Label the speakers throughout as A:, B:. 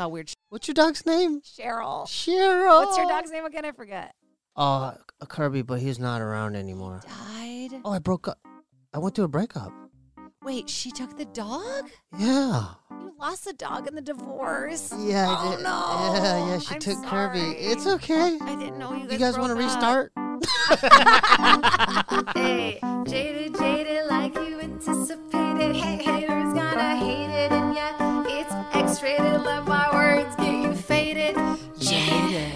A: Oh, weird. sh-
B: What's your dog's name?
A: Cheryl.
B: Cheryl.
A: Oh. What's your dog's name again? I forget.
B: Oh, uh, Kirby, but he's not around anymore.
A: Died.
B: Oh, I broke up. I went through a breakup.
A: Wait, she took the dog?
B: Yeah.
A: You lost the dog in the divorce?
B: Yeah, I
A: Oh,
B: did.
A: no.
B: Yeah, yeah, she
A: I'm
B: took Kirby.
A: sorry.
B: It's okay.
A: I didn't know you guys
B: You guys want to
A: broke up.
B: restart?
A: Hey, jaded, jaded, like you anticipated. Hey, haters gonna hate it, and yeah, it's X-rated. Let my words get you faded. Jaded.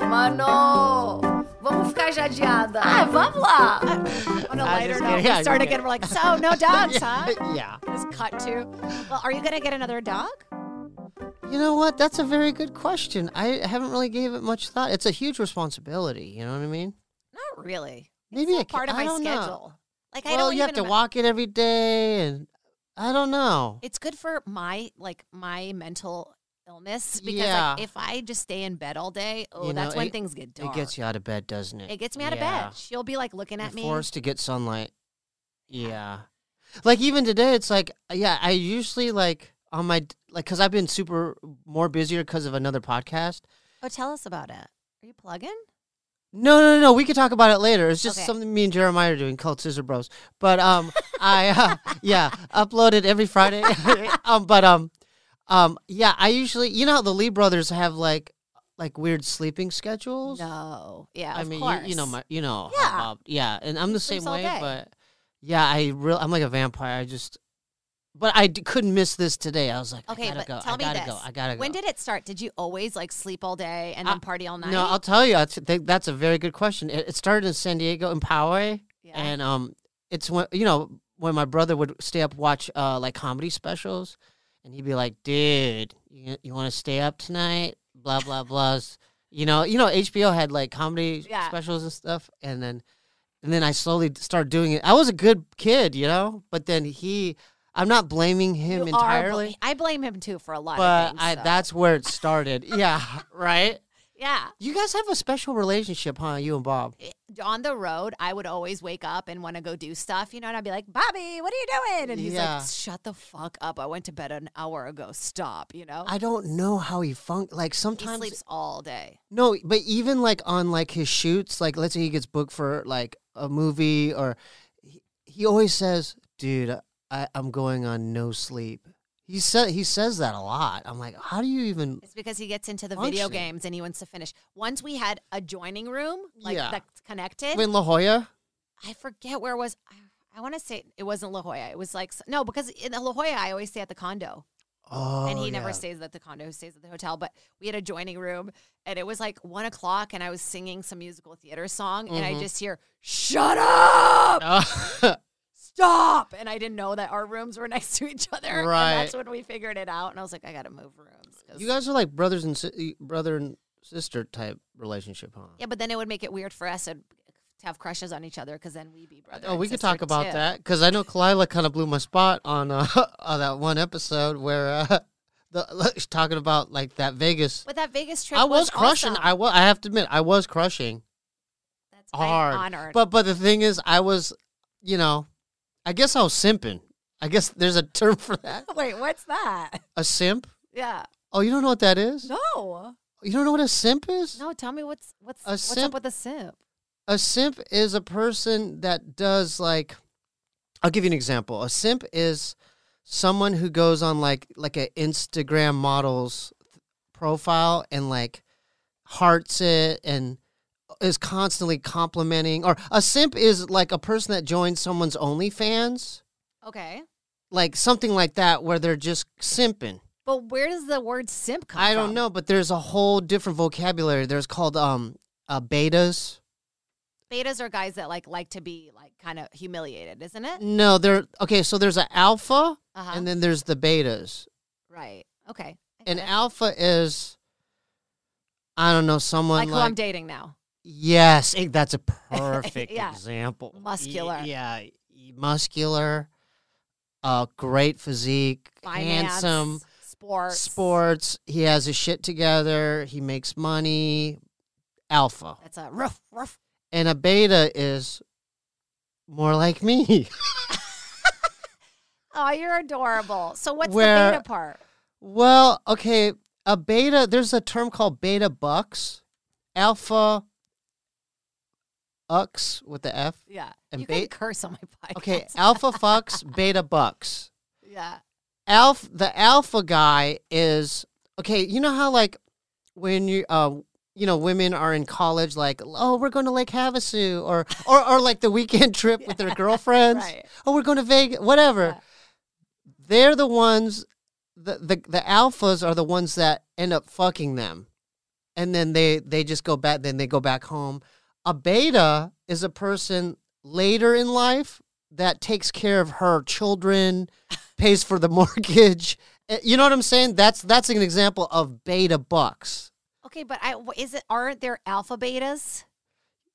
A: Mano, vamos ficar jadeada. Ah, vamos lá. On a
B: I
A: lighter
B: just
A: note,
B: kidding. Yeah,
A: we start
B: yeah.
A: again. We're like, so no dogs, huh?
B: yeah.
A: Just cut to. Well, are you gonna get another dog?
B: You know what? That's a very good question. I haven't really gave it much thought. It's a huge responsibility. You know what I mean?
A: Not really.
B: Maybe
A: it's
B: I
A: not part
B: ca-
A: of
B: I
A: my
B: don't know.
A: schedule. Like I
B: well,
A: don't
B: you have
A: even
B: to
A: ima-
B: walk it every day, and I don't know.
A: It's good for my like my mental illness because
B: Yeah.
A: like if I just stay in bed all day, oh,
B: You
A: that's
B: know,
A: when
B: it-
A: things get
B: It
A: dark.
B: gets you out of bed, doesn't it?
A: It gets me out
B: Yeah.
A: of bed. She'll be like looking at
B: You're
A: me.
B: Forced to get sunlight. Yeah. Like even today, it's like yeah. I usually like on my d- like because I've been super more busier because of another podcast.
A: Oh, tell us about it. Are you plugging?
B: No, no, no, no. We could talk about it later. It's just
A: Okay.
B: something me and Jeremiah are doing called Scissor Bros. But um, I uh, yeah, uploaded every Friday. um, but um, um, yeah, I usually you know how the Lee brothers have like like weird sleeping schedules.
A: No. Yeah.
B: I
A: of
B: mean
A: course.
B: you, you know my you know
A: Yeah.
B: how Bob- yeah, and I'm the same
A: sleeps all
B: way.
A: day.
B: But yeah, I real I'm like a vampire. I just but I d- couldn't miss this today. I was like,
A: Okay,
B: I gotta
A: but
B: go.
A: tell
B: I
A: me
B: gotta
A: this.
B: go. I gotta go.
A: When did it start? Did you always like sleep all day and
B: I-
A: then party all night?
B: No, I'll tell you. I think that's a very good question. It, it started in San Diego in Poway,
A: Yeah.
B: and um, it's when you know when my brother would stay up watch uh like comedy specials, and he'd be like, "Dude, you, you want to stay up tonight?" Blah blah blahs. You know, you know, HBO had like comedy
A: Yeah.
B: specials and stuff, and then and then I slowly started doing it. I was a good kid, you know, but then he. I'm not blaming
A: You
B: him
A: are bl-
B: entirely,
A: I blame him too for a lot
B: but
A: of things.
B: I,
A: so-
B: that's where it started. yeah, right.
A: yeah.
B: You guys have a special relationship, huh? You and Bob.
A: on the road, I would always wake up and want to go do stuff, you know, and I'd be like, Bobby, what are you doing? And he's
B: Yeah.
A: like, shut the fuck up. I went to bed an hour ago. Stop, you know?
B: I don't know how he funk. Like
A: he
B: sometimes,
A: sleeps all day.
B: no, but even like on like his shoots, like let's say he gets booked for like a movie, or he, he always says, "Dude, I, I'm going on no sleep." He said he says that a lot. I'm like, how do you even?
A: It's because he gets into the video
B: Functioning.
A: games and he wants to finish. Once we had a joining room, like
B: Yeah.
A: that's connected.
B: In La Jolla,
A: I forget where it was. I- I want to say it wasn't La Jolla. It was like, s- no, because in La Jolla, I always stay at the condo.
B: oh,
A: and he never
B: yeah.
A: stays at the condo, he stays at the hotel. But we had a joining room and it was like one o'clock and I was singing some musical theater song and
B: Mm-hmm.
A: I just hear, Shut up!
B: Oh,
A: Stop! And I didn't know that our rooms were next to each other. and
B: Right.
A: that's when we figured it out. And I was like, I gotta move rooms. 'cause-
B: you guys are like brothers and si- brother and sister type relationship, huh?
A: yeah, but then it would make it weird for us to to have crushes on each other because then we'd be brothers.
B: Oh, we could talk about that because I know Kalila kind of blew my spot on uh, on that one episode where uh, the she's talking about like that Vegas.
A: But that Vegas trip
B: I was, crushing.
A: awesome.
B: I was. I have to admit, I was crushing
A: That's
B: hard.
A: I'm honored.
B: But but the thing is, I was, you know, I guess I was simping. I guess there's a term for that.
A: Wait, what's that?
B: A simp.
A: Yeah.
B: Oh, you don't know what that is?
A: No.
B: You don't know what a simp is?
A: No, tell me what's what's
B: A
A: what's
B: simp-
A: up with the simp.
B: A simp is a person that does like I'll give you an example. A simp is someone who goes on like like a Instagram model's profile and like hearts it and is constantly complimenting or a simp is like a person that joins someone's OnlyFans,
A: Okay.
B: like something like that where they're just simping.
A: But where does the word simp come
B: I
A: from?
B: don't know, but there's a whole different vocabulary. There's called um uh, betas.
A: Betas are guys that like like to be like kind of humiliated, isn't it?
B: No, there. Okay, so there's an alpha,
A: Uh-huh.
B: and then there's the betas.
A: Right. Okay.
B: An alpha is, I don't know, someone
A: Like
B: like,
A: who I'm dating now.
B: yes, eh, that's a perfect
A: Yeah.
B: example. Y-
A: Muscular.
B: yeah, y- muscular, uh, great physique,
A: Finance,
B: handsome,
A: sports.
B: sports. He has his shit together. He makes money. Alpha.
A: That's a rough, rough.
B: And a beta is more like me.
A: Oh, you're adorable. So what's
B: Where-
A: the beta part?
B: Well, okay, a beta. There's a term called beta bucks, alpha ux with the f.
A: Yeah.
B: And
A: you can
B: ba-
A: curse on my podcast.
B: Okay, alpha fucks, beta bucks.
A: Yeah.
B: Alpha. The alpha guy is okay. You know how like when you uh you know women are in college like oh we're going to Lake Havasu or or or like the weekend trip with their girlfriends.
A: Right.
B: Oh, we're going to Vegas. Whatever.
A: Yeah.
B: They're the ones. The, the the alphas are the ones that end up fucking them, and then they they just go back. Then they go back home. A beta is a person later in life that takes care of her children, pays for the mortgage. Eh, You know what I'm saying? That's that's an example of beta bucks.
A: Okay, but I w- is it aren't there alpha betas?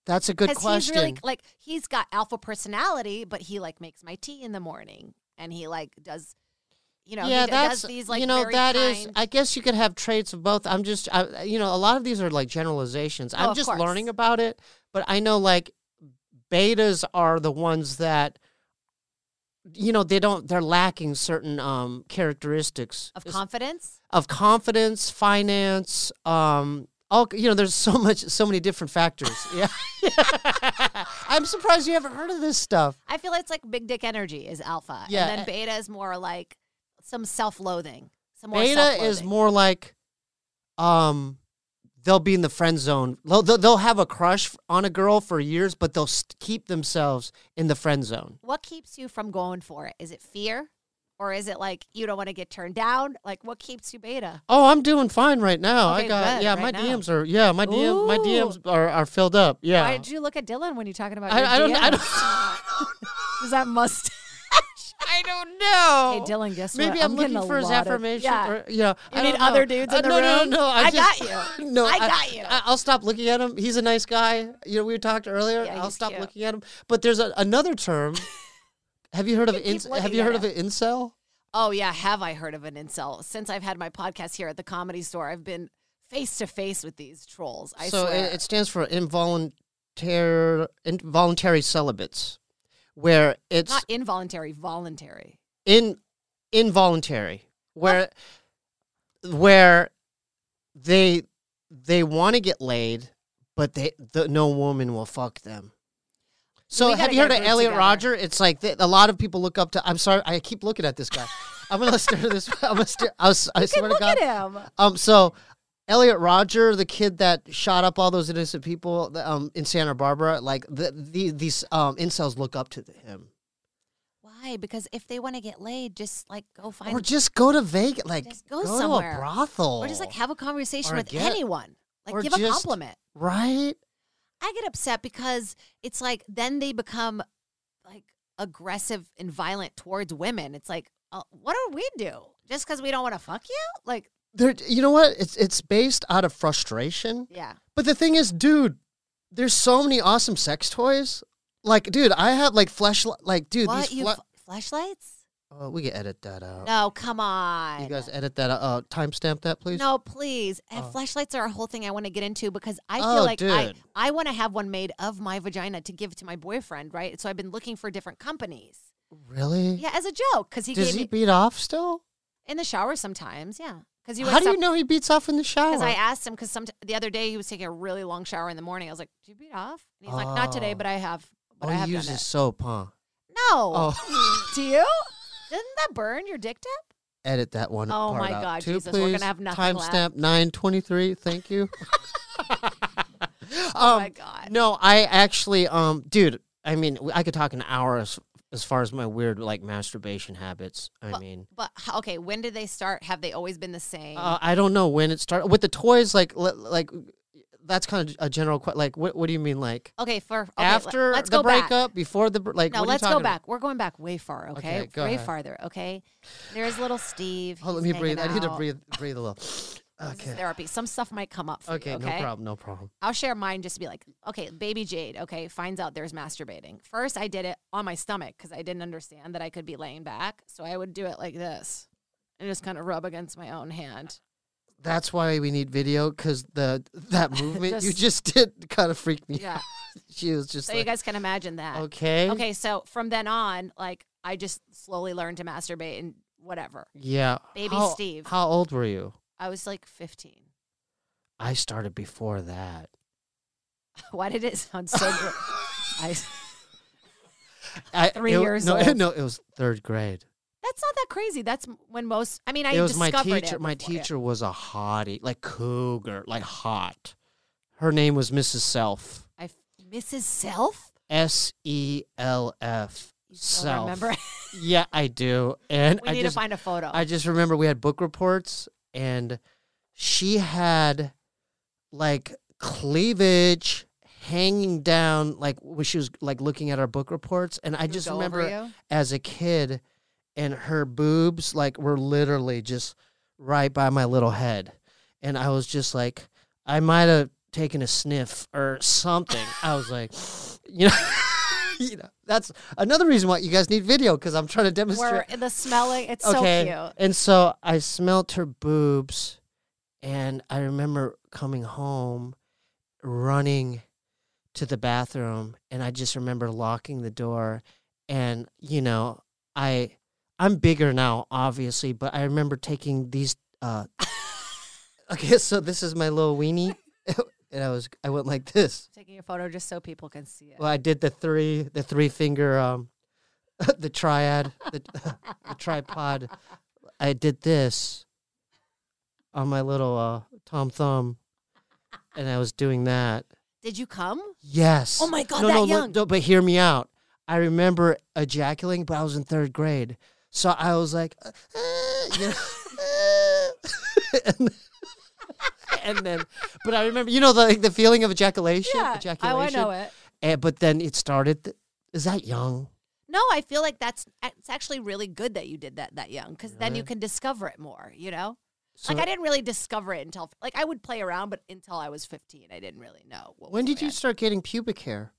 B: That's a good
A: he's
B: question.
A: really like he's got alpha personality, but he like makes my tea in the morning, and he like does, you know, he d- does these like
B: you know
A: very
B: that is.
A: kind,
B: I guess you could have traits of both. I'm just I, you know a lot of these are like generalizations.
A: Oh,
B: I'm
A: of
B: just
A: course.
B: learning about it, but I know like betas are the ones that you know they don't they're lacking certain um characteristics
A: of
B: It's-
A: confidence.
B: of confidence, finance, um all you know there's so much so many different factors. yeah. I'm surprised you haven't heard of this stuff.
A: I feel it's like big dick energy is alpha,
B: Yeah, eh
A: and
B: a-
A: then beta is more like some self-loathing. Some more
B: Beta is
A: self-loathing.
B: more like, um, they'll be in the friend zone. They'll, they'll, they'll have a crush on a girl for years, but they'll st- keep themselves in the friend zone.
A: What keeps you from going for it? Is it fear, or is it like you don't want to get turned down? Like what keeps you beta?
B: Oh, I'm doing fine right now.
A: Okay,
B: I got
A: good,
B: yeah.
A: right
B: my
A: now.
B: DMs are yeah. My DM my
A: Ooh.
B: DMs are, are filled up. Yeah.
A: Why did you look at Dylan when you're talking about? your
B: I, I don't I
A: DMs?
B: don't
A: Is that mustache?
B: I don't know.
A: Hey Dylan, guess what?
B: Maybe I'm, looking
A: getting a
B: for his
A: lot of-
B: affirmation.
A: yeah.
B: Or, yeah,
A: You
B: I
A: need
B: don't know.
A: other dudes in
B: Uh,
A: the
B: no,
A: room?
B: No, no, no. I,
A: I
B: just-
A: got you.
B: no,
A: I got you.
B: I, will stop looking at him. He's a nice guy. You know, we talked earlier.
A: Yeah,
B: I'll
A: he's
B: stop
A: cute.
B: looking at him. But there's a, another term. have you heard of
A: You keep
B: ins-
A: looking
B: Have you
A: at
B: heard of
A: him.
B: an incel?
A: Oh yeah, have I heard of an incel? Since I've had my podcast here at the comedy store, I've been face to face with these trolls. I
B: so
A: swear.
B: It, it stands for involuntary involuntary celibates, where it's
A: not involuntary, voluntary.
B: in involuntary where where they they want to get laid but they the, no woman will fuck them so
A: We
B: have
A: gotta
B: you
A: get
B: heard
A: a
B: of
A: group
B: elliot
A: together.
B: roger it's like th- a lot of people look up to i'm sorry i keep looking at this guy i'm gonna listen to this i'm gonna stare, I, was, I
A: You
B: swear
A: can
B: to
A: look
B: god
A: at him.
B: um so elliot roger the kid that shot up all those innocent people th- um in santa barbara like the, the these um incels look up to him
A: Why? Because if they want to get laid, just like go find
B: or just go to Vegas, like
A: Just go
B: go to
A: somewhere.
B: a brothel,
A: or just like have a conversation
B: Or
A: with
B: get-
A: anyone. Like
B: or
A: give a
B: just-
A: compliment.
B: right.
A: I get upset because it's like then they become like aggressive and violent towards women. It's like, uh, what do we do? Just because we don't want to fuck you? Like,
B: There, you know what? It's it's based out of frustration.
A: yeah.
B: But the thing is, dude, there's so many awesome sex toys. Like, dude, I have like flesh, like, dude,
A: what
B: these
A: you
B: fle-
A: f- flashlights?
B: oh, we can edit that out.
A: No, come on.
B: You guys edit that out. Uh, timestamp that, please.
A: No, please. Uh, Flashlights are a whole thing I want to get into because I feel
B: Oh,
A: like I,
B: dude.
A: I want to have one made of my vagina to give to my boyfriend, right? So I've been looking for different companies.
B: really?
A: Yeah, as a joke, because he
B: Mm. Does
A: gave
B: he
A: me
B: beat off still?
A: in the shower sometimes. Yeah, because he
B: How
A: wakes
B: do
A: up
B: you know he beats off in the shower?
A: Because I asked him, because some the other day he was taking a really long shower in the morning. I was like, "Did you beat off?" And he's like, "Not today,
B: Oh.
A: but I have, but
B: oh,
A: I have
B: he
A: done
B: uses
A: it."
B: soap, huh?
A: No,
B: Oh,
A: do you? Didn't that burn your dick tip?
B: edit that one.
A: Oh
B: part
A: my
B: out
A: God,
B: too,
A: Jesus, we're
B: please.
A: gonna have nothing left.
B: Timestamp nine twenty three. Thank you.
A: Oh
B: um,
A: my god!
B: No, I actually, um, dude. I mean, w- I could talk an hour as as far as my weird like masturbation habits. I mean.
A: But h- okay, when did they start? Have they always been the same?
B: Uh, I don't know when it started with the toys. Like, li- like that's kind of a general question. Like, what what do you mean? Like
A: Okay, for okay, let-
B: after
A: let's
B: the
A: go back.
B: breakup, before the br- like?
A: No,
B: what are you
A: let's go
B: talking
A: back. We're going back way far, okay?
B: Okay, go
A: way
B: ahead.
A: farther, okay? There's little Steve.
B: About? Hold, let
A: he's
B: me breathe.
A: hanging
B: I need to
A: out.
B: breathe breathe a little.
A: This is
B: Okay.
A: therapy. Some stuff might come up. For you,
B: Okay, no
A: okay?
B: problem, no problem.
A: I'll share mine just to be like, okay, baby Jade, okay, finds out there's masturbating. First, I did it on my stomach because I didn't understand that I could be laying back. So I would do it like this and just kind of rub against my own hand.
B: That's why we need video because the that movement you
A: Just-
B: just did kind of freaked me.
A: Yeah.
B: out. she was just
A: so
B: like,
A: you guys can imagine that.
B: okay,
A: Okay, so from then on, like, I just slowly learned to masturbate and whatever.
B: yeah.
A: Baby
B: How-
A: Steve.
B: how old were you?
A: I was like 15.
B: I started before that.
A: Why did it sound so good? I.
B: I,
A: Three
B: it-
A: years
B: no,
A: old.
B: No, it was third grade.
A: That's not that crazy. That's m- when most. I mean, I
B: it was my
A: discovered
B: teacher.
A: it
B: my
A: before, yeah.
B: teacher was a hottie, like cougar, like hot. Her name was Mrs. Self.
A: I f- Mrs. Self.
B: S E L F.
A: You still
B: Self.
A: remember?
B: Yeah, I do. And
A: we
B: I
A: need
B: just,
A: to find a photo.
B: I just remember we had book reports, and she had like cleavage hanging down, like when she was like looking at our book reports. And I
A: Would
B: just
A: go over
B: remember
A: you?
B: as a kid and her boobs like were literally just right by my little head and i was just like i might have taken a sniff or something i was like you know you know that's another reason why you guys need video because i'm trying to
A: Where
B: demonstrate
A: the smelling. It's
B: okay
A: so cute.
B: and so i smelt her boobs and i remember coming home running to the bathroom and I just remember locking the door and you know I I'm bigger now obviously but I remember taking these uh Okay so this is my little weenie and I was I went like this
A: Taking a photo just so people can see it.
B: well I did the three the three finger um the triad the, the tripod I did this on my little uh Tom Thumb and I was doing that
A: Did you come?
B: Yes.
A: Oh my God,
B: No,
A: that
B: no,
A: young.
B: No, no, but hear me out. I remember ejaculating, but I was in third grade, so I was like, uh, uh, you know, uh, and, and then, but I remember, you know, the like, the feeling of ejaculation. ejaculation.
A: Oh, I know it.
B: And, Eh, but then it started. Th- is that young?
A: No, I feel like that's it's actually really good that you did that that young because then you
B: Really?
A: can discover it more. You know,
B: So
A: like I didn't really discover it until like I would play around, but until I was fifteen, I didn't really know. What
B: When
A: was
B: did you
A: going on.
B: start getting pubic hair?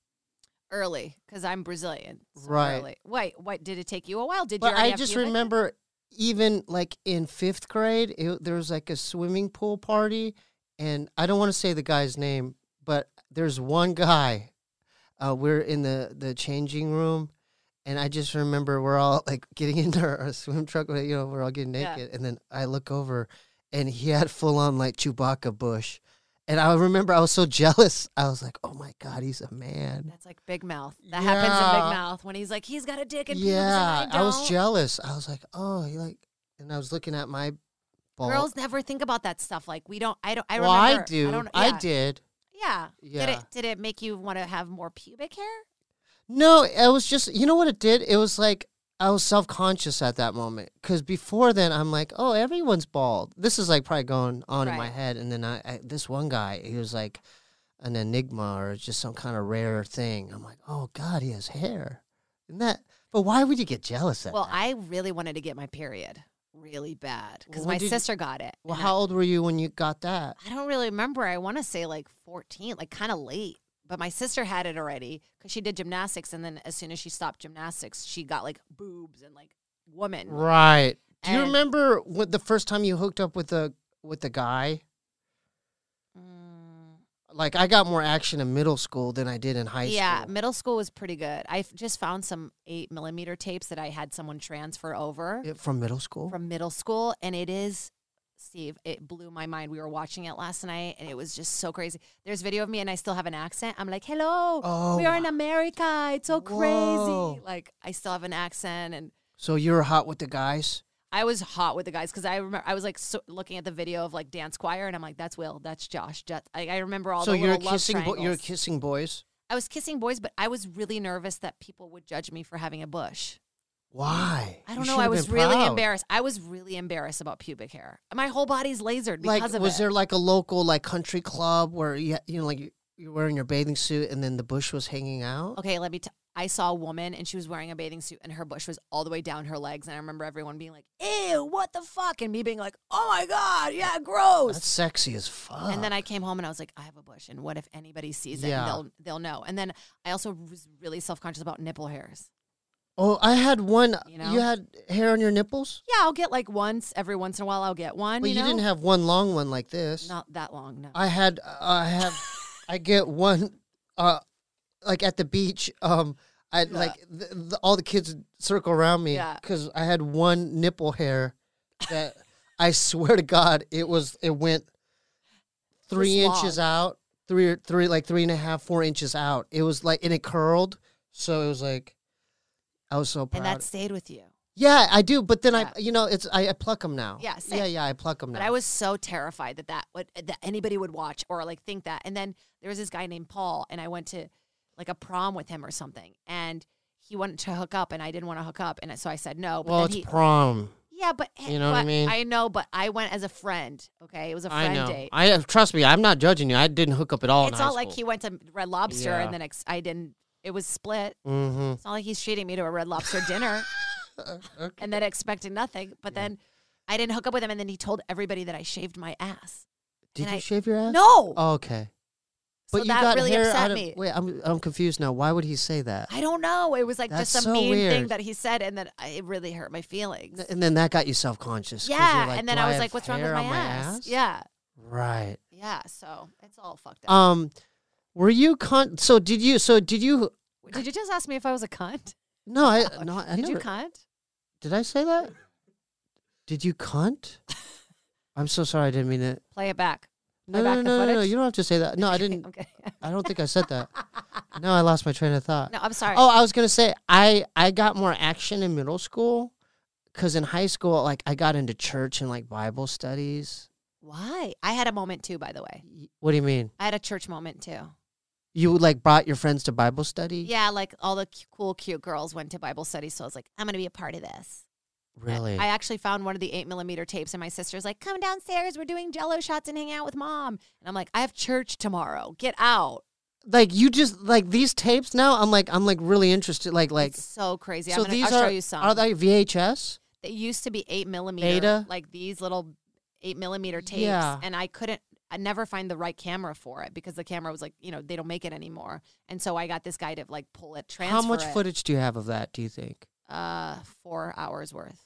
A: early because I'm Brazilian. so
B: Right.
A: early. Wait, what did it take you a while? Did
B: But
A: you? already
B: I
A: have
B: just
A: pubic?
B: remember, even like in fifth grade, it, there was like a swimming pool party, and I don't want to say the guy's name, but there's one guy. Uh, we're in the the changing room, and I just remember we're all like getting into our, our swim truck. You know, we're all getting
A: Yeah.
B: naked, and then I look over, and he had full on like Chewbacca bush. And I remember I was so jealous. I was like, "Oh my god, he's a man!"
A: That's like Big Mouth. That happens in
B: Yeah.
A: Big Mouth when he's like, he's got a dick and pubes and
B: yeah,
A: I,
B: I, was
A: don't."
B: jealous. I was like, oh, you like, and I was looking at my ball.
A: Girls never think about that stuff. Like we don't. I don't. I
B: well,
A: remember.
B: I do. I,
A: don't, yeah.
B: did.
A: Yeah. Did
B: Yeah.
A: it? Did it make you want to have more pubic hair?
B: No, it was just, you know what it did? It was like I was self conscious at that moment because before then I'm like, oh, everyone's bald. This is like probably going on in my
A: Right.
B: head, and then I, I this one guy, he was like an enigma or just some kind of rare thing. I'm like, oh God, he has hair. And that, but why would you get jealous at
A: Well,
B: that?
A: I really wanted to get my period really bad because
B: When
A: my
B: did you-
A: sister got it.
B: well,
A: and I-
B: how old were you when you got that?
A: I don't really remember. I want to say like 14, like kind of late. But my sister had it already because she did gymnastics. And then as soon as she stopped gymnastics, she got like boobs and like woman.
B: Right. Do you
A: And-
B: remember what the first time you hooked up with the with the guy?
A: Mm,
B: Like I got more action in middle school than I did in high
A: yeah,
B: school.
A: middle school was pretty good. I f- just found some eight millimeter tapes that I had someone transfer over
B: It- from middle school.
A: from middle school. And it is, Steve, it blew my mind. We were watching it last night and it was just so crazy. There's video of me and I still have an accent. I'm like, hello,
B: Oh,
A: we are in America. It's so
B: Whoa.
A: crazy. Like, I still have an accent and
B: so you were hot with the guys.
A: I was hot with the guys because I remember I was like so, looking at the video of like dance choir and I'm like, that's Will, that's Josh. Jet. I, I remember all
B: so
A: the
B: you're
A: little love
B: kissing. Bo- you're
A: triangles. Mm.
B: kissing boys.
A: I was kissing boys, but I was really nervous that people would judge me for having a bush.
B: Why?
A: I
B: You
A: don't
B: should
A: know. I
B: have
A: was
B: been
A: really
B: proud.
A: embarrassed. I was really embarrassed about pubic hair. My whole body's lasered because
B: Like,
A: of
B: was
A: it.
B: there like a local like country club where you you know like you- you're wearing your bathing suit and then the bush was hanging out?
A: Okay, let me. T- I saw a woman and she was wearing a bathing suit and her bush was all the way down her legs. And I remember everyone being like, ew, what the fuck? And me being like, oh my God, yeah, gross.
B: That's sexy as fuck.
A: and then I came home and I was like, I have a bush. And what if anybody sees it?
B: Yeah.
A: And they'll, they'll know. And then I also was really self conscious about nipple hairs.
B: oh, I had one. You,
A: You know?
B: had hair on your nipples.
A: Yeah, I'll get like once every once in a while, I'll get one.
B: Well, you,
A: you, know?
B: didn't have one long one like this.
A: Not that long, no.
B: I had uh, I have I get one uh like at the beach um I like th th all the kids would circle around me
A: Yeah.
B: cuz I had one nipple hair that I swear to god it was it went 3
A: This
B: inches out 3 or 3 like three and a half, four inches out it was like and it curled so it was like I was so proud
A: and that stayed with you.
B: yeah I do but then I
A: Yeah.
B: you know it's I, I pluck them now
A: Yeah,
B: yeah
A: same.
B: yeah I pluck them now
A: But I was so terrified that that would that anybody would watch or like think that. And then there was this guy named Paul, and I went to like a prom with him or something, and he wanted to hook up, and I didn't want to hook up, and so I said no. But
B: well
A: then
B: it's
A: he,
B: prom
A: yeah, but
B: You know what I
A: but-
B: mean?
A: I know, but I went as a friend. Okay, it was a friend
B: I know.
A: date.
B: I trust me. I'm not judging you. I didn't hook up at all.
A: it's not like he went to Red Lobster
B: Yeah.
A: and then ex- I didn't. It was split.
B: Mm-hmm.
A: It's not like he's treating me to a Red Lobster dinner and then expecting nothing. But then I didn't hook up with him, and then he told everybody that I shaved my ass.
B: Did
A: and
B: you
A: I-
B: shave your ass?
A: No.
B: Oh, okay.
A: So
B: but you
A: that
B: got
A: really
B: hair
A: upset
B: out of,
A: me.
B: Wait, I'm I'm confused now. Why would he say that?
A: I don't know. It was like
B: That's
A: just some
B: so
A: mean thing
B: weird.
A: that he said, and then I, it really hurt my feelings.
B: N- And then that got you self conscious.
A: yeah, and then I was like, "What's wrong with my,
B: my
A: ass? Yeah,
B: Right.
A: yeah. So it's all fucked up.
B: Um, were you con? So did you? So did you?
A: Did you just ask me if I was a cunt?
B: No, I no. I
A: Did you
B: never-
A: cunt?
B: Did I say that? Did you cunt? I'm so sorry. I didn't mean it.
A: Play it back. Play
B: No, no,
A: back
B: no, no, no,
A: the
B: no.
A: footage?
B: You don't have to say that. No, I didn't.
A: Okay.
B: I don't think I said that. No, I lost my train of thought.
A: No, I'm sorry.
B: Oh, I was gonna say I I got more action in middle school because in high school, like I got into church and like Bible studies.
A: Why? I had a moment too, by the way.
B: Y- What do you mean?
A: I had a church moment too.
B: Mm. You like brought your friends to Bible study?
A: Yeah, like all the cu- cool, cute girls went to Bible study, so I was like, I'm gonna be a part of this. I-
B: really.
A: I actually found one of the eight millimeter tapes, and my sister's like, "Come downstairs, we're doing Jello shots and hang out with mom." And I'm like, "I have church tomorrow. Get out."
B: like you just like these tapes now. I'm like I'm like really interested. Like like
A: it's so crazy.
B: so
A: I'm gonna
B: these
A: I'll
B: are
A: show you some.
B: are they VHS?
A: they used to be eight millimeter,
B: Beta?
A: like these little eight millimeter tapes,
B: Yeah.
A: and I couldn't. I never find the right camera for it because the camera was like, you know, they don't make it anymore. And so I got this guy to like pull it, transfer
B: How much
A: it.
B: footage do you have of that? Do you think?
A: Uh, four hours worth.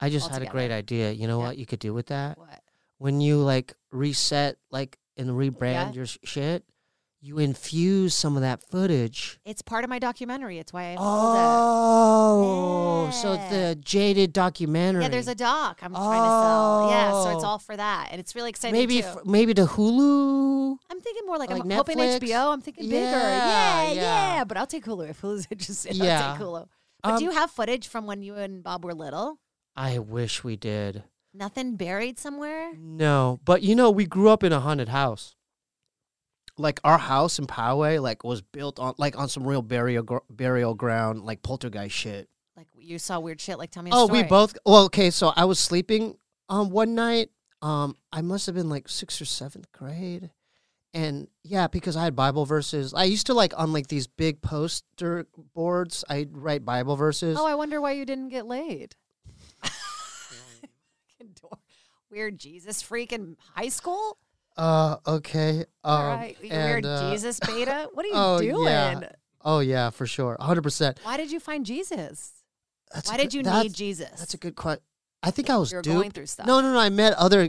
B: I just had a
A: Altogether.
B: great idea. You know
A: Yeah.
B: what you could do with that?
A: What?
B: when you like reset like and rebrand
A: Yeah.
B: your sh- shit, you infuse some of that footage.
A: It's part of my documentary. It's why I pulled
B: Oh, so it's
A: Yeah.
B: the jaded
A: it.
B: documentary.
A: Yeah, there's a doc I'm trying to sell. Yeah, so it's
B: Oh.
A: all for that, and it's really exciting
B: maybe
A: too.
B: f- maybe to Hulu.
A: I'm thinking more like,
B: like
A: I'm hoping
B: Netflix?
A: HBO. I'm thinking bigger.
B: Yeah,
A: Yeah, yeah,
B: yeah.
A: But I'll take Hulu if Hulu's interested.
B: Yeah.
A: I'll take Hulu. But
B: Um,
A: do you have footage from when you and Bob were little?
B: I wish we did.
A: Nothing buried somewhere?
B: No, but you know we grew up in a haunted house. Like our house in Poway, like was built on like on some real burial gr- burial ground, like poltergeist shit.
A: Like you saw weird shit. Like tell me. A
B: Oh,
A: story.
B: we both. Well, okay. So I was sleeping um one night. Um, I must have been like sixth or seventh grade, and yeah, because I had Bible verses. I used to like on like these big poster boards. I would write Bible verses.
A: Oh, I wonder why you didn't get laid. Fucking dork. Weird Jesus freak in high school?
B: uh, okay. Um,
A: All right. You weird
B: and, uh,
A: Jesus beta? What are you
B: oh,
A: doing?
B: yeah. Oh yeah, for sure, hundred percent.
A: Why did you find Jesus?
B: That's a
A: Why
B: good-
A: did you
B: that's-
A: need Jesus?
B: That's a good question. I think I was
A: You were
B: duped.
A: going through stuff.
B: No, no, no. I met other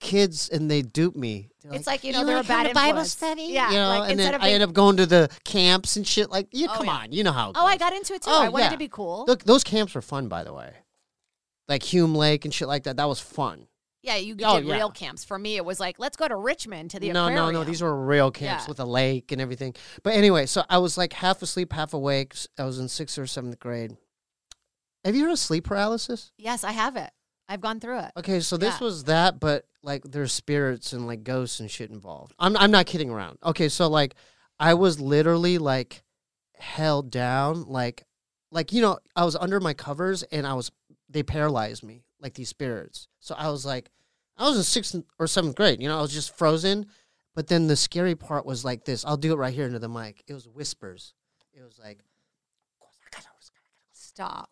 B: kids and they duped me. They're
A: It's like, you know,
B: "You
A: they're
B: wanna
A: a
B: come
A: bad
B: to Bible
A: influence."
B: study.
A: Yeah,
B: you know,
A: like,
B: and
A: instead
B: then
A: of
B: I
A: being-
B: end up going to the camps and shit. Like, yeah,
A: Oh,
B: come
A: yeah.
B: on, you know how. It
A: Oh, I
B: goes.
A: got into it too.
B: Oh,
A: I wanted
B: yeah.
A: to be cool.
B: Look, those camps were fun, by the way. Like Hume Lake and shit like that. That was fun.
A: yeah, you
B: Oh,
A: did
B: yeah.
A: real camps. For me, it was like, let's go to Richmond to the
B: no,
A: aquarium.
B: no, no. These were real camps
A: Yeah.
B: with a lake and everything. But anyway, so I was like half asleep, half awake. S- I was in sixth or seventh grade. Have you heard of sleep paralysis?
A: Yes, I have it. I've gone through it.
B: Okay, so this
A: Yeah.
B: was that, but like there's spirits and like ghosts and shit involved. I'm I'm not kidding around. Okay, so like I was literally like held down, like like you know I was under my covers and I was they paralyzed me like these spirits. So I was like, I was in sixth or seventh grade. You know, I was just frozen. But then the scary part was like this. I'll do it right here into the mic. It was whispers. It was like,
A: Stop.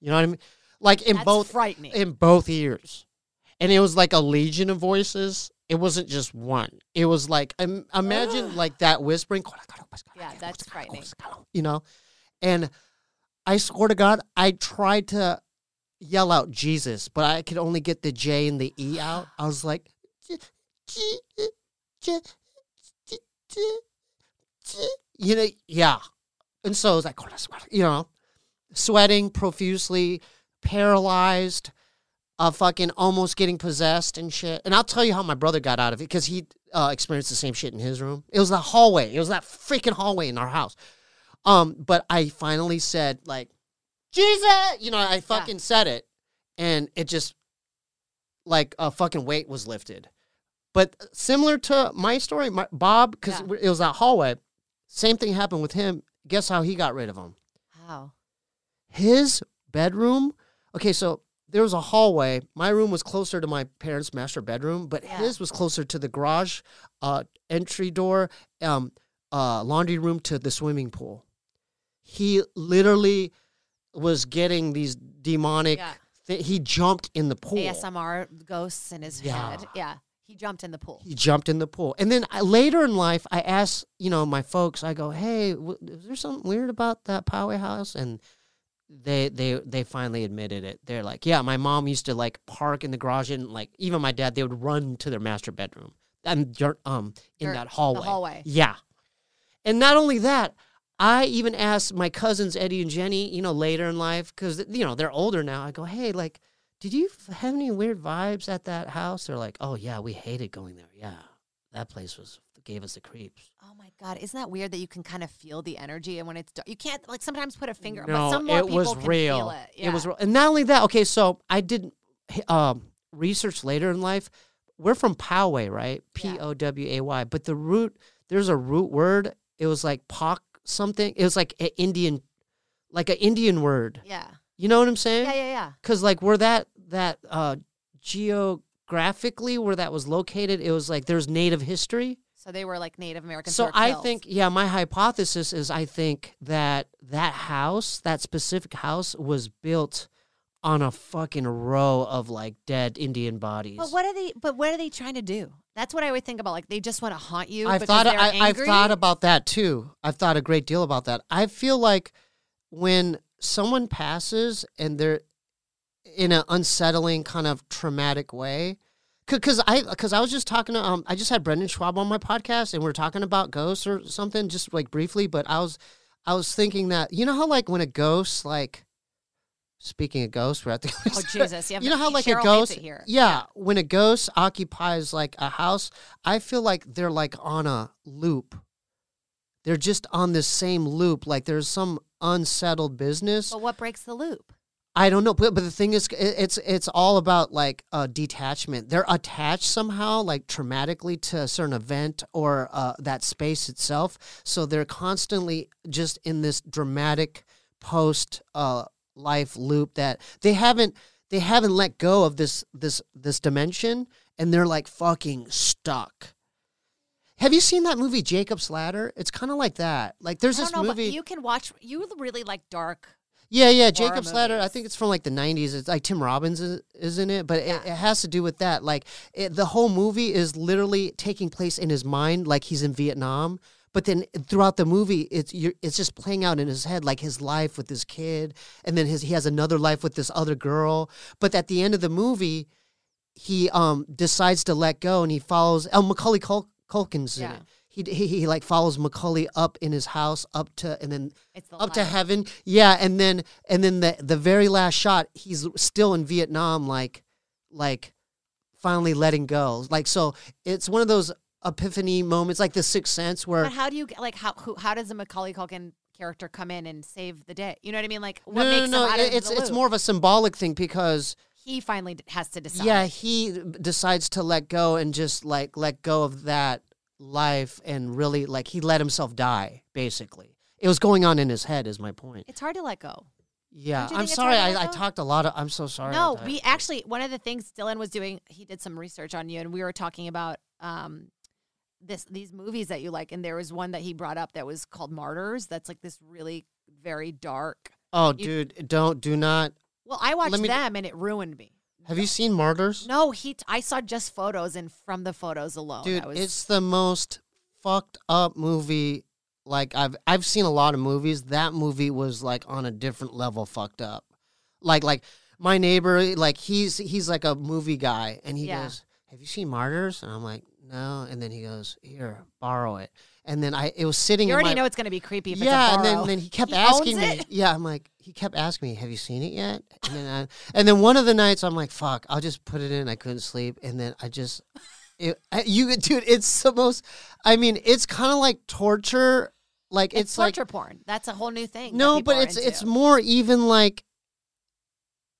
B: you know what I mean? Like in
A: That's
B: both
A: frightening.
B: in both ears. And it was like a legion of voices. It wasn't just one. It was like im- imagine like that whispering.
A: yeah, that's frightening.
B: you know? And I swear to God, I tried to yell out Jesus, but I could only get the J and the E out. I was like, "Je- Je- Je- Je- Je- Je-" you know, yeah. And so it was like, you know, sweating profusely, paralyzed, uh, fucking almost getting possessed and shit. And I'll tell you how my brother got out of it because he uh, experienced the same shit in his room. It was the hallway. It was that freaking hallway in our house. Um, but I finally said like, Jesus, you know, I fucking said it, and it just like a fucking weight was lifted. But similar to my story, my, Bob, because
A: Yeah.
B: it was that hallway, same thing happened with him. Guess how he got rid of him?
A: How?
B: his bedroom. Okay, so there was a hallway. My room was closer to my parents' master bedroom, but
A: Yeah.
B: his was closer to the garage uh, entry door, um, uh, laundry room to the swimming pool. He literally was getting these demonic.
A: Yeah.
B: Thi- he jumped in the pool.
A: ASMR ghosts in his
B: Yeah.
A: head. Yeah. He jumped in the pool.
B: He jumped in the pool. And then I, later in life, I asked, you know, my folks, I go, hey, w- is there something weird about that Poway house? And they they they finally admitted it. They're like, yeah, my mom used to like park in the garage and like even my dad, they would run to their master bedroom and dirt, um in
A: Dirt-
B: that
A: the
B: hallway.
A: hallway.
B: Yeah. And not only that, I even asked my cousins Eddie and Jenny, you know, later in life cuz you know, they're older now. I go, "Hey, like did you f- have any weird vibes at that house? They're like, oh yeah, we hated going there. Yeah, that place was gave us the creeps.
A: Oh my God. Isn't that weird that you can kind of feel the energy and when it's dark, you can't like sometimes put a finger but some more
B: it was
A: people can
B: real.
A: feel it. Yeah.
B: was real, and not only that. Okay, so I did h- um, research later in life. We're from Poway, right?
A: Yeah.
B: P O W A Y. But the root there's a root word. It was like pock something. It was like an Indian, like an Indian word.
A: Yeah.
B: You know what I'm saying?
A: Yeah, yeah, yeah.
B: because like where that that uh geographically where that was located it was like there's native history
A: So they were like Native Americans.
B: so
A: who were
B: i
A: killed.
B: think yeah my hypothesis is i think that that house that specific house was built on a fucking row of like dead indian bodies
A: But what are they? But what are they trying to do? That's what I would think about. Like they just want to haunt you.
B: I've
A: because
B: thought
A: they're
B: I, I've
A: angry?
B: thought about that too. I've thought a great deal about that. I feel like when someone passes and they're in an unsettling kind of traumatic way, because I because I was just talking to um I just had Brendan Schwab on my podcast and we are talking about ghosts or something just like briefly, but I was I was thinking that you know how like when a ghost like speaking of ghosts we're at the
A: Oh Jesus! Yeah,
B: you know how like
A: Cheryl
B: a
A: hates
B: ghost
A: it here.
B: Yeah, when a ghost occupies like a house i feel like they're like on a loop they're just on this same loop like there's some unsettled business
A: But what breaks the loop?
B: i don't know but, but the thing is it, it's it's all about like uh, detachment they're attached somehow like traumatically to a certain event or uh, that space itself so they're constantly just in this dramatic post uh, life loop that they haven't they haven't let go of this this this dimension and they're like fucking stuck have you seen that movie jacob's ladder it's kind of like that like there's
A: I
B: this
A: don't know,
B: movie
A: But you can watch. You really like dark.
B: yeah, yeah,
A: horror
B: Jacob's Ladder. I
A: movies.
B: think it's from like the '90s. It's like Tim Robbins is, is in it, but it, it has to do with that. Like it, the whole movie is literally taking place in his mind, like he's in Vietnam. But then throughout the movie, it's you're, it's just playing out in his head, like his life with this kid, and then his he has another life with this other girl. But at the end of the movie, he um decides to let go and he follows oh, Macaulay Cul- Culkin's in
A: Yeah.
B: it. He, he, he like follows Macaulay up in his house up to and then
A: It's the
B: up to
A: light.
B: heaven yeah and then and then the the very last shot he's still in Vietnam like like finally letting go like so it's one of those epiphany moments like the sixth sense where
A: But how do you get like how who, how does the Macaulay Culkin character come in and save the day? You know what I mean? Like
B: no,
A: what
B: no,
A: makes
B: no,
A: him out
B: no.
A: of
B: it's
A: the
B: it's
A: loop?
B: more of a symbolic thing because
A: He finally d- has to decide.
B: Yeah, he decides to let go and just like let go of that life and really like he let himself die basically it was going on in his head is my point
A: It's hard to let go.
B: yeah
A: Don't you think
B: i'm
A: it's
B: sorry
A: hard to
B: I, I
A: let go?
B: talked a lot of i'm so sorry I
A: No,
B: talked-
A: we actually one of the things Dylan was doing, he did some research on you, and we were talking about um this these movies that you like, and there was one that he brought up that was called Martyrs. That's like this really very dark.
B: oh dude don't do not
A: Well, I watched
B: me-
A: them and it ruined me.
B: have you seen martyrs
A: No, he. T- I saw just photos, and from the photos alone,
B: Dude,
A: I was,
B: it's the most fucked up movie. Like I've I've seen a lot of movies. That movie was like on a different level fucked up. Like like my neighbor, like he's he's like a movie guy, and he
A: Yeah.
B: goes, "Have you seen Martyrs?" And I'm like, "No." And then he goes, "Here, borrow it." And then I it was sitting.
A: you
B: in
A: already
B: my,
A: know it's going to be creepy. If
B: yeah,
A: it's a
B: and then,
A: borrow.
B: then he kept
A: He owns
B: asking me.
A: it?
B: Yeah, I'm like, he kept asking me, "Have you seen it yet?" And then, I, and then one of the nights, I'm like, "Fuck, I'll just put it in." I couldn't sleep, and then I just, it, I- you, dude, it's the most. I mean, it's kind of like torture. Like
A: it's,
B: it's, like
A: torture porn. That's a whole new thing. that
B: no,
A: people
B: but
A: are
B: it's
A: into.
B: it's more even like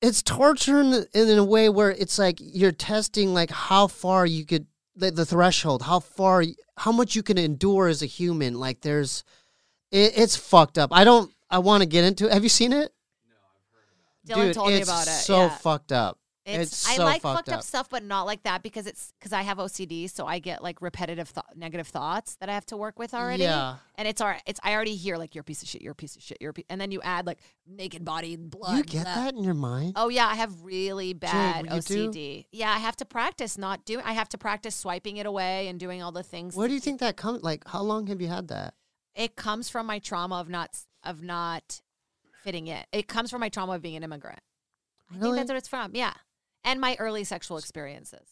B: it's torture in, in a way where it's like you're testing like how far you could the, the threshold, how far, y- how much you can endure as a human. Like there's, it, it's fucked up. I don't. I want to get into. it. Have you seen it?
A: Dylan
B: Dude,
A: told me
B: it's
A: about it.
B: So
A: yeah.
B: fucked up.
A: It's,
B: It's, so
A: I like
B: fucked, up.
A: stuff, but not like that because it's because I have OCD, so I get like repetitive th- negative thoughts that I have to work with already.
B: Yeah.
A: and it's all right. It's I already hear like you're a piece of shit, you're a piece of shit, you're a piece, and then you add like naked body, blood.
B: You get
A: blah.
B: that in your mind?
A: Oh yeah, I have really bad
B: you do?
A: OCD. Yeah, I have to practice not doing. I have to practice swiping it away and doing all the things.
B: Where
A: to
B: do you
A: keep-
B: think that comes? Like, how long have you had that?
A: it comes from? My trauma of not s- of not fitting in. It comes from my trauma of being an immigrant. I think
B: Really?
A: that's what it's from. Yeah, and my early sexual experiences.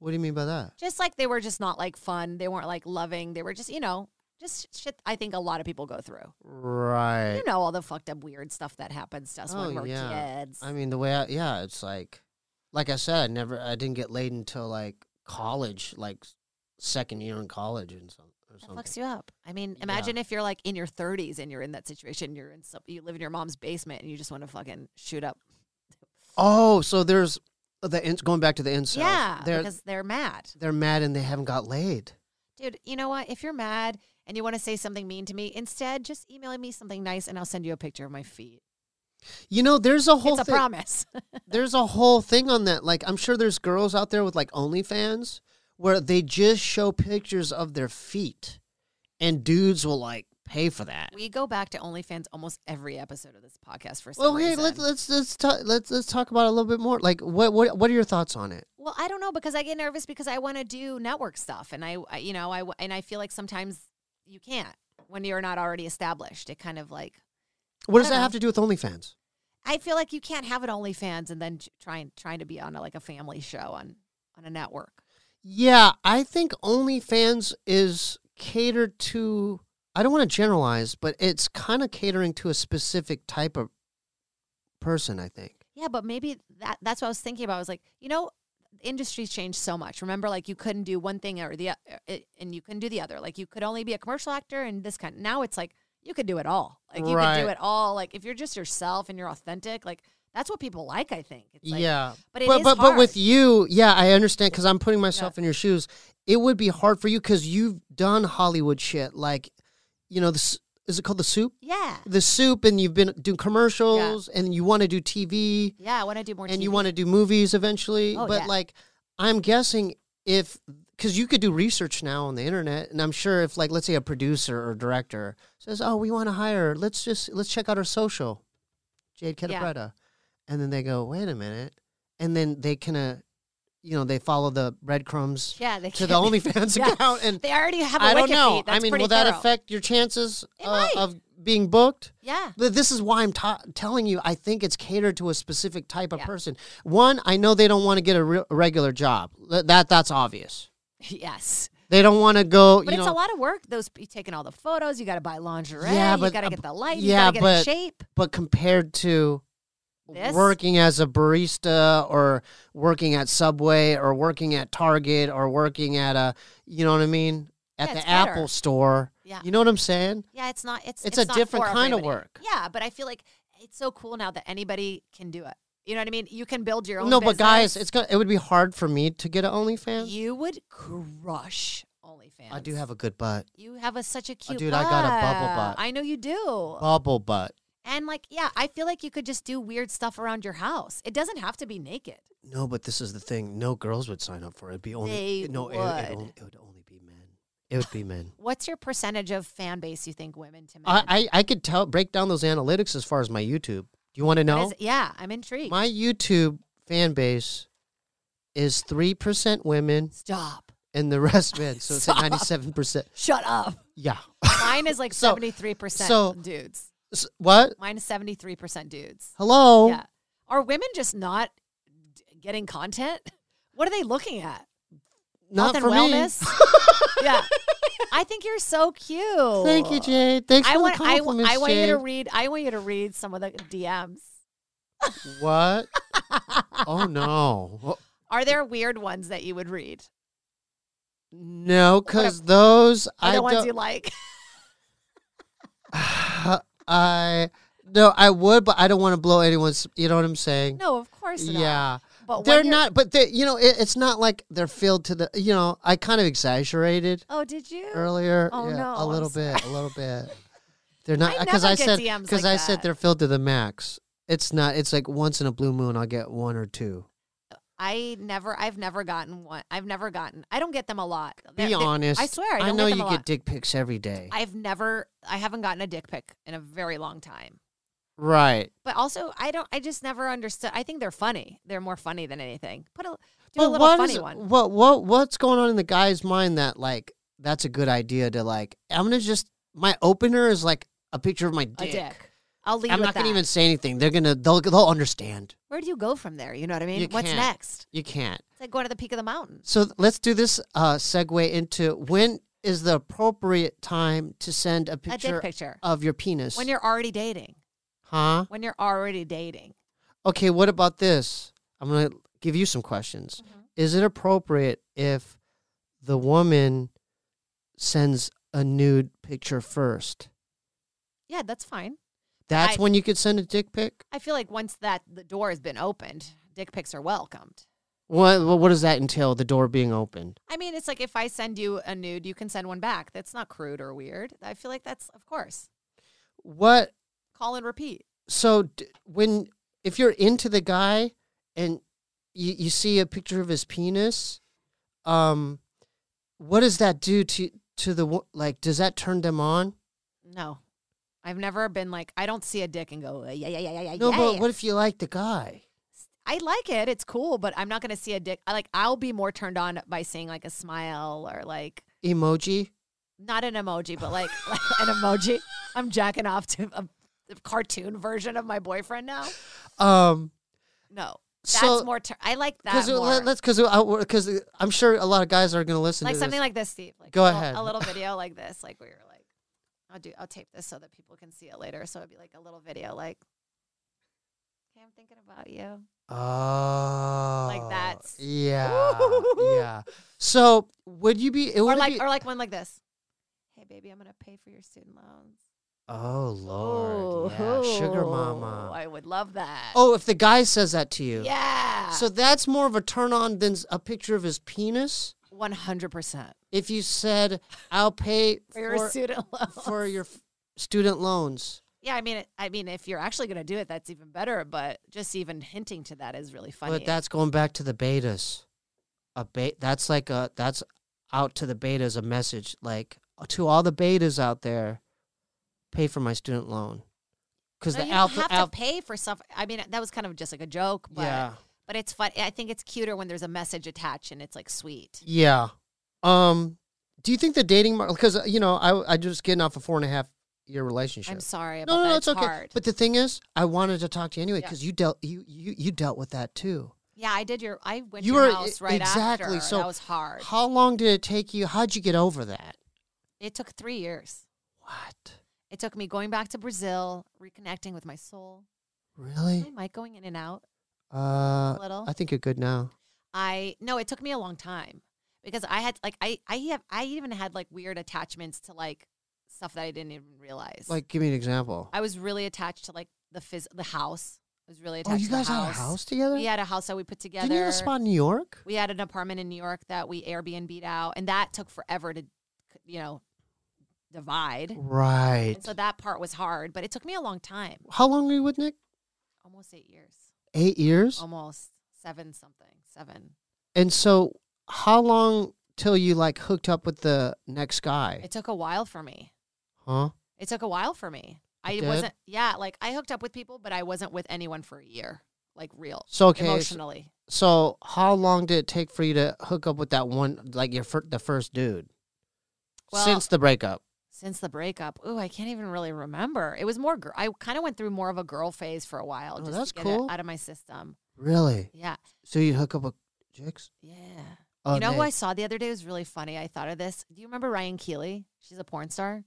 B: What do you mean by that?
A: just like they were just not like fun. They weren't like loving. They were just, you know, just shit I think a lot of people go through.
B: Right.
A: You know, all the fucked up weird stuff that happens to us when we're kids.
B: Oh, I mean, the way I, yeah, it's like, like I said, I never, I didn't get laid until like college, like s- second year in college and some, or
A: that
B: something.
A: fucks you up. I mean, imagine if you're like in your 30s and you're in that situation. You're in, some, you live in your mom's basement and you just want to fucking shoot up.
B: Oh, so there's the ins going back to the incels.
A: yeah,
B: they're
A: because they're mad,
B: they're mad and they haven't got laid.
A: dude. You know what? If you're mad and you want to say something mean to me, instead just email me something nice and I'll send you a picture of my feet.
B: You know, there's a whole
A: it's a
B: thing,
A: promise.
B: there's a whole thing on that. Like, I'm sure there's girls out there with like OnlyFans where they just show pictures of their feet, and dudes will like pay for that.
A: We go back to OnlyFans almost every episode of this podcast for some
B: Well, hey,
A: reason.
B: let's let's let's ta- let's let's talk about it a little bit more. Like, what what what are your thoughts on it?
A: Well, I don't know because I get nervous because I want to do network stuff, and I, I- you know, I w- and I feel like sometimes you can't when you're not already established. It kind of like
B: What does
A: I
B: that
A: don't
B: have
A: know.
B: to do with OnlyFans?
A: I feel like you can't have an OnlyFans and then j- trying trying to be on a, like a family show on on a network.
B: Yeah, I think OnlyFans is catered to. I don't want to generalize, but it's kind of catering to a specific type of person. I think.
A: Yeah, but maybe that that's what I was thinking about. I was like, you know, industries change so much. Remember, like you couldn't do one thing or the o- it, and you couldn't do the other. Like you could only be a commercial actor and this kind. Now it's like you could do it all. Like you could
B: Right.
A: do it all. Like if you're just yourself and you're authentic, like that's what people like. I think. It's like,
B: yeah,
A: but it
B: but
A: is
B: but, but with
A: hard.
B: you, yeah, I understand because I'm putting myself in your shoes. It would be hard for you because you've done Hollywood shit, like you know, this is it called the soup?
A: Yeah.
B: the soup and you've been doing commercials and you want to do TV
A: Yeah, I want to do more.
B: and
A: TV.
B: you want to do movies eventually.
A: Oh,
B: but
A: yeah.
B: like, I'm guessing if because you could do research now on the internet, and I'm sure if like let's say a producer or director says, "Oh, we want to hire. Let's just let's check out our social, Jade
A: Yeah.
B: Catapretta," and then they go, "Wait a minute," and then they kind of, you know, they follow the breadcrumbs
A: Yeah, they
B: to the
A: can-
B: OnlyFans
A: Yeah.
B: account, and
A: They already have. a
B: I don't
A: Wiki
B: know.
A: feed.
B: I
A: That's
B: mean,
A: pretty
B: will that
A: thorough.
B: affect your chances
A: It
B: uh,
A: might.
B: of being booked?
A: Yeah.
B: But this is why I'm ta- telling you. I think it's catered to a specific type of
A: Yeah.
B: person. One, I know they don't want to get a, re- a regular job. Th- That that's obvious.
A: yes.
B: They don't want to go.
A: But
B: you
A: it's
B: know,
A: a lot of work. Those you taking all the photos. You got to buy lingerie.
B: Yeah,
A: you
B: but- uh,
A: got to get the light.
B: yeah,
A: you got to get in
B: but-
A: shape.
B: But compared to
A: This?
B: working as a barista or working at Subway or working at Target or working at a, you know what I mean, at
A: Yeah,
B: the
A: it's better.
B: Apple store.
A: Yeah.
B: You know what I'm saying?
A: Yeah, it's not. It's
B: It's a
A: it's, not
B: different
A: for
B: kind of
A: everybody.
B: work.
A: Yeah, but I feel like it's so cool now that anybody can do it. You know what I mean? You can build your own.
B: No, but guys,
A: business.
B: it's go- it would be hard for me to get an OnlyFans.
A: you would crush OnlyFans.
B: I do have a good butt.
A: You have a such a cute.
B: dude, I got a bubble butt.
A: I know you do.
B: Bubble butt.
A: And like, yeah, I feel like you could just do weird stuff around your house. It doesn't have to be naked.
B: No, but this is the thing. No girls would sign up for it. It'd be only
A: They
B: no. It, it,
A: would.
B: only, it would only be men. It would be men.
A: What's your percentage of fan base you think women to men?
B: I, I I could tell break down those analytics as far as my YouTube. Do you want to
A: That
B: know?
A: is- yeah, I'm intrigued.
B: My YouTube fan base is three percent women
A: Stop.
B: and the rest men. So it's at ninety seven percent.
A: Shut up.
B: Yeah.
A: Mine is like
B: So-
A: seventy three
B: so-
A: percent dudes.
B: S- what?
A: Mine is seventy three percent dudes.
B: Hello.
A: Yeah. Are women just not d- getting content? What are they looking at?
B: Not
A: Health
B: for
A: and
B: me.
A: wellness. yeah. I think you're so cute.
B: Thank you, Jade. Thanks
A: I
B: for
A: want
B: the
A: I, w-
B: compliments,
A: I want you
B: Jade.
A: to read I want you to read some of the DMs.
B: What? oh no. Oh,
A: Are there weird ones that you would read?
B: No, because those
A: Are
B: I
A: the ones
B: don't-
A: you like?
B: Uh, I no, I would, but I don't want to blow anyone's. You know what I'm saying?
A: No, of course not.
B: Yeah,
A: But when
B: they're
A: you're-
B: not. But they, you know, it, it's not like they're filled to the. You know, I kind of exaggerated
A: Oh, did you?
B: earlier.
A: Oh,
B: yeah,
A: no,
B: a
A: I'm
B: little bit, a little bit. They're not
A: I
B: because
A: never
B: I,
A: get
B: said
A: DMs
B: because
A: like
B: I said
A: that.
B: they're filled to the max. It's not. It's like once in a blue moon, I'll get one or two.
A: I never I've never gotten one. I've never gotten. I don't get them a lot.
B: Be
A: They're- they-
B: honest.
A: I swear I, don't
B: know
A: get them
B: you
A: a
B: get
A: lot.
B: dick pics every day.
A: I've never I haven't gotten a dick pic in a very long time.
B: right.
A: But also, I don't. I just never understood. I think they're funny. They're more funny than anything. Put a do a
B: But
A: little
B: what
A: funny
B: is-
A: one.
B: What what what's going on in the guy's mind that like that's a good idea to like I'm gonna just my opener is like a picture of my dick.
A: A dick. I'll leave.
B: I'm
A: with
B: not gonna
A: that.
B: even say anything. They're gonna they'll they'll understand.
A: Where do you go from there? You know what I mean.
B: You
A: What's
B: can't.
A: next?
B: You can't.
A: It's like going to the peak of the mountain.
B: So th- let's do this uh segue into when is the appropriate time to send a
A: A
B: picture,
A: dick picture.
B: of your penis?
A: When you're already dating.
B: huh?
A: When you're already dating.
B: Okay, what about this? I'm gonna give you some questions.
A: Mm-hmm.
B: Is it appropriate if the woman sends a nude picture first?
A: Yeah, that's fine.
B: That's
A: I-
B: when you could send a dick pic.
A: I feel like once that the door has been opened, dick pics are welcomed.
B: What what does that entail? The door being opened.
A: I mean, it's like if I send you a nude, you can send one back. That's not crude or weird. I feel like that's of course.
B: What?
A: Call and repeat.
B: So d- when if you're into the guy and you you see a picture of his penis, um, what does that do to to the wo- like? Does that turn them on?
A: No. I've never been like I don't see a dick and go "Uh, yeah yeah yeah yeah yeah.
B: No, but
A: yeah."
B: what if you like the guy?
A: I like it. It's cool, but I'm not gonna see a dick. I like I'll be more turned on by seeing like a smile or like
B: Emoji.
A: not an emoji, but like, like an emoji. I'm jacking off to a, a cartoon version of my boyfriend now.
B: Um,
A: No, that's
B: So-
A: more. Tur- I like that
B: because
A: more.
B: let's uh, because because I'm sure a lot of guys are going to listen
A: like
B: to this.
A: something like this, Steve. Like
B: Go
A: a little-
B: ahead.
A: A little video like this, like where you're like, I'll do, I'll tape this so that people can see it later. So it'd be like a little video, like, okay, I'm thinking about you.
B: oh,
A: that's-
B: yeah, yeah. So would you be? It
A: Or
B: would
A: like,
B: be,
A: or like one like this. Hey baby, I'm gonna pay for your student loans.
B: oh lord, yeah, sugar
A: Oh,
B: mama.
A: I would love that.
B: Oh, if the guy says that to you,
A: yeah.
B: So that's more of a turn on than s- a picture of his penis.
A: one hundred percent
B: If you said, "I'll pay
A: for your student loans.
B: for your f- student loans,"
A: Yeah, I mean, it- I mean, if you're actually gonna do it, that's even better. But just even hinting to that is really funny.
B: But that's going back to the betas. A be- that's like a that's out to the betas a message like uh, to all the betas out there, pay for my student loan. Because
A: No,
B: the
A: you
B: alpha,
A: don't have
B: alpha
A: to pay for stuff. I mean, that was kind of just like a joke. But,
B: yeah,
A: But it's fun. I think it's cuter when there's a message attached and it's like sweet.
B: yeah. Um, do you think the dating market? Because you know, I I just getting off a four and a half year relationship.
A: I'm sorry about
B: no, no,
A: that.
B: no,
A: it's
B: it's okay.
A: Hard.
B: But the thing is, I wanted to talk to you anyway
A: Yeah.
B: because you dealt you, you you dealt with that too.
A: yeah, I did your. I went
B: you
A: to your
B: were- e,
A: house right
B: exactly,
A: after.
B: so
A: that was hard.
B: How long did it take you? How'd you get over that?
A: It took three years.
B: What?
A: It took me going back to Brazil, reconnecting with my soul. Am
B: Really?
A: I mic going in and out?
B: Uh,
A: little.
B: I think you're good now.
A: I no, it took me a long time because I had like I I have I even had like weird attachments to like stuff that I didn't even realize.
B: Like, give me an example.
A: I was really attached to like the phys- the house. It was really
B: Oh,
A: attached
B: you guys
A: to the
B: had
A: house.
B: a house together?
A: We had a house that we put together.
B: Didn't you have a spot in New York?
A: We had an apartment in New York that we Airbnb'd out, and that took forever to, you know, divide.
B: Right.
A: And so that part was hard, but it took me a long time.
B: How long were you with Nick?
A: Almost eight years.
B: Eight years.
A: Almost seven something. Seven.
B: And so, how long till you like hooked up with the next guy?
A: It took a while for me.
B: Huh?
A: It took a while for me. I
B: It did?
A: wasn't, yeah, like I hooked up with people, but I wasn't with anyone for a year, like real.
B: So okay. s-
A: Emotionally.
B: So how long did it take for you to hook up with that one, like your fir- the first dude,
A: Well-
B: since the breakup?
A: Since the breakup, ooh, I can't even really remember. It was more, gir- I kind of went through more of a girl phase for a while.
B: Oh,
A: just
B: that's
A: to get
B: cool.
A: It out of my system.
B: Really?
A: Yeah.
B: So you hook up with chicks?
A: Yeah.
B: Oh,
A: you know who I
B: nice.
A: saw the other day was really funny. I thought of this. Do you remember Ryan Keeley? She's a porn star.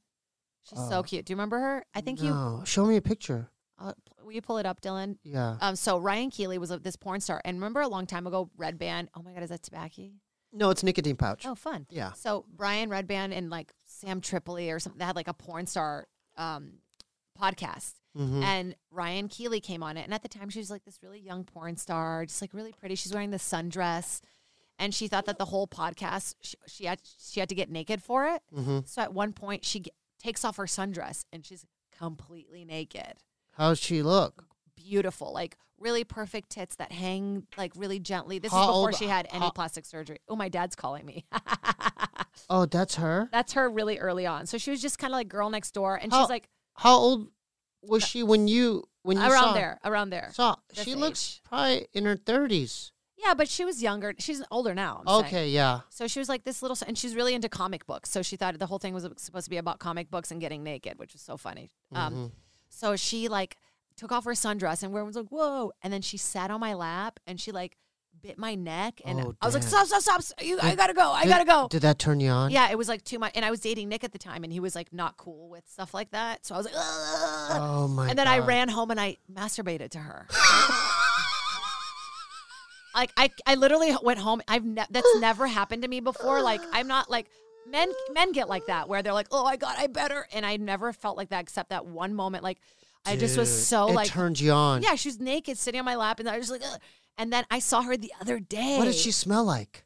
A: She's
B: Oh.
A: so cute. Do you remember her? I think you
B: No. Show me a picture.
A: uh, p- will you pull it up, Dylan.
B: Yeah.
A: Um, so Ryan Keeley was a, this porn star, and remember a long time ago, Red Band. Oh my God, is that tobacco?
B: No, it's nicotine pouch.
A: Oh, fun.
B: Yeah.
A: So Brian Redband and like Sam Tripoli or something, they had like a porn star um, podcast.
B: Mhm.
A: And Ryan Keeley came on it. And at the time, she was like this really young porn star, just like really pretty. She's wearing the sundress. And she thought that the whole podcast, she, she, had, she had to get naked for it. So at one point, she g- takes off her sundress and she's completely naked
B: How's she look?
A: beautiful, like really perfect tits that hang like really gently. This
B: How
A: is before
B: old-
A: she had any
B: how-
A: plastic surgery. Oh, my dad's calling me.
B: Oh, that's her.
A: That's her really early on. So she was just kind of like girl next door, and
B: How-
A: she's like
B: How old was she when you when you
A: around
B: saw,
A: there, around there.
B: Saw
A: This
B: she looks probably in her thirties.
A: yeah, but she was younger. She's older now. I'm saying.
B: Okay, yeah.
A: So she was like this little, and she's really into comic books. So she thought the whole thing was supposed to be about comic books and getting naked, which was so funny.
B: Mm-hmm.
A: Um, so she like took off her sundress, and everyone was like, "Whoa!" And then she sat on my lap, and she like bit my neck, and
B: Oh,
A: I was like,
B: damn.
A: "Stop! Stop! Stop! s- You, I
B: Did-
A: gotta go! I
B: did-
A: gotta go!"
B: Did that turn you on?
A: Yeah, it was like too much, and I was dating Nick at the time, and he was like not cool with stuff like that. So I was like, "Ugh."
B: Oh my.
A: and then I
B: God.
A: ran home and I masturbated to her. like I, I literally went home. I've ne- that's never happened to me before. Like I'm not like men. Men get like that where they're like, oh my god, I better. And I never felt like that except that one moment. Like I just was
B: Dude,
A: so
B: it
A: like,
B: turned you on.
A: yeah, she was naked sitting on my lap, and I was just like, Ugh. and then I saw her the other day.
B: What did she smell like?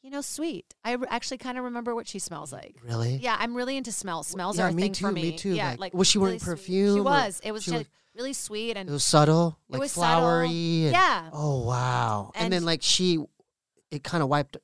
A: You know, sweet. I re- actually kind of remember what she smells like.
B: Really?
A: Yeah, I'm really into smells. Smells
B: yeah,
A: are a
B: me
A: thing for
B: too, me
A: me.
B: too,
A: Yeah,
B: like,
A: like,
B: was she wearing
A: really sweet.
B: perfume
A: She
B: or
A: was. It was
B: she
A: just
B: was-
A: really sweet and
B: It was subtle,
A: It
B: like
A: was subtle.
B: flowery. and-
A: Yeah.
B: Oh wow! And,
A: And
B: then
A: sh-
B: like she, it kind of wiped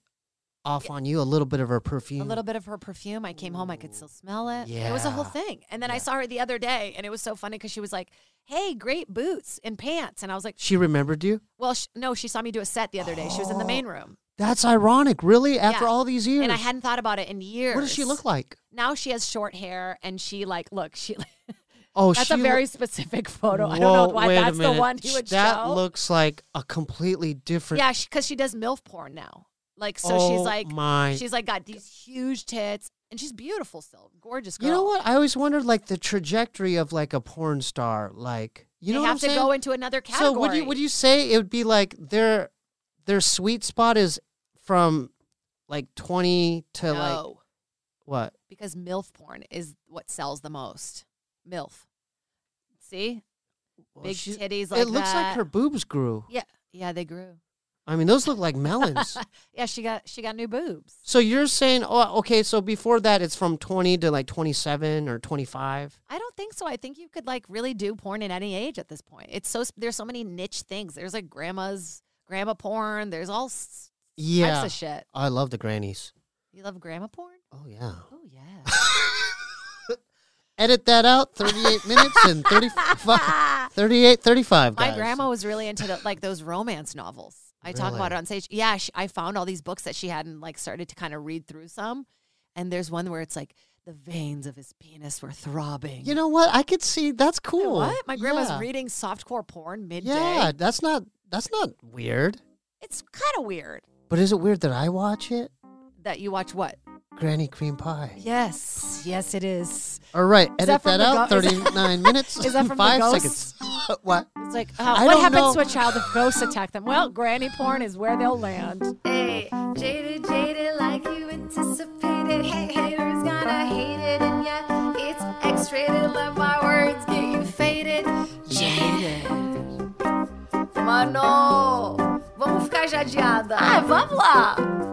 B: off on you a little bit of her perfume.
A: a little bit of her perfume. I came home, I could still smell it. It was a whole
B: Yeah.
A: thing. And then I saw her the other day, and it was so funny because she was like, "Hey, great boots and pants," and I was like,
B: She remembered you.
A: "Well, sh- no, she saw me do a set the other day. She was in the main room,
B: That's ironic, really. After
A: Yeah.
B: all these years,
A: and I hadn't thought about it in years.
B: What does she look like?
A: Now she has short hair, and she like look she.
B: Oh,
A: that's
B: she
A: a
B: loo-
A: very specific photo. I don't know
B: Whoa,
A: why
B: wait a
A: that's the
B: minute.
A: one he would
B: that
A: show.
B: looks like a completely different.
A: yeah, because she, does milf porn now. Like so,
B: Oh
A: she's like
B: my
A: she's like got these huge tits, and she's beautiful still, gorgeous girl.
B: You know what? I always wondered, like the trajectory of like a porn star. Like you
A: they
B: know, what
A: have
B: I'm
A: to
B: saying?
A: go into another category.
B: So would you would you say it would be like their their sweet spot is from like twenty to
A: no,
B: like what?
A: because milf porn is what sells the most. Milf, see,
B: Well,
A: big
B: she-
A: titties
B: It
A: like
B: looks like
A: that.
B: her boobs grew.
A: Yeah, yeah, they grew.
B: I mean, those look like melons.
A: Yeah, she got she got new boobs.
B: so you're saying, oh, okay. So before that, it's from twenty to like twenty seven or twenty five.
A: I don't think so. I think you could like really do porn at any age at this point. It's so there's so many niche things. There's like grandma's grandma porn. There's all s-
B: Yeah,
A: types of shit.
B: I love the grannies.
A: You love grandma porn?
B: Oh yeah.
A: Oh yeah.
B: Edit that out. Thirty eight minutes and 35, 38, 35,
A: My
B: guys.
A: grandma was really into the, like those romance novels. I talk about it on stage. Yeah, she, I found all these books that she had and like started to kind of read through some. And there's one where it's like the veins of his penis were throbbing.
B: You know what? I could see. That's
A: I'm like,
B: cool.
A: what? My grandma's
B: Yeah.
A: reading softcore porn midday.
B: Yeah, that's not that's not weird.
A: It's kind of weird
B: But is it weird that I watch it?
A: that you watch what?
B: Granny cream pie.
A: Yes, yes, it is.
B: All right, edit
A: that
B: that,
A: from the
B: out.
A: go- is
B: Thirty
A: that-
B: nine minutes.
A: Is that from the
B: five
A: ghosts?
B: seconds? what?
A: It's like,
B: I
A: uh, what
B: don't
A: happens
B: know.
A: to a child if ghosts attack them? Well, granny porn is where they'll land.
C: Hey, jaded, jaded, like you anticipated. Hey, haters gonna hate it, and yeah, it's X-rated. Love my words, get you faded, jaded.
D: mano. Vamos ficar jadeada.
C: Ah, vamos lá!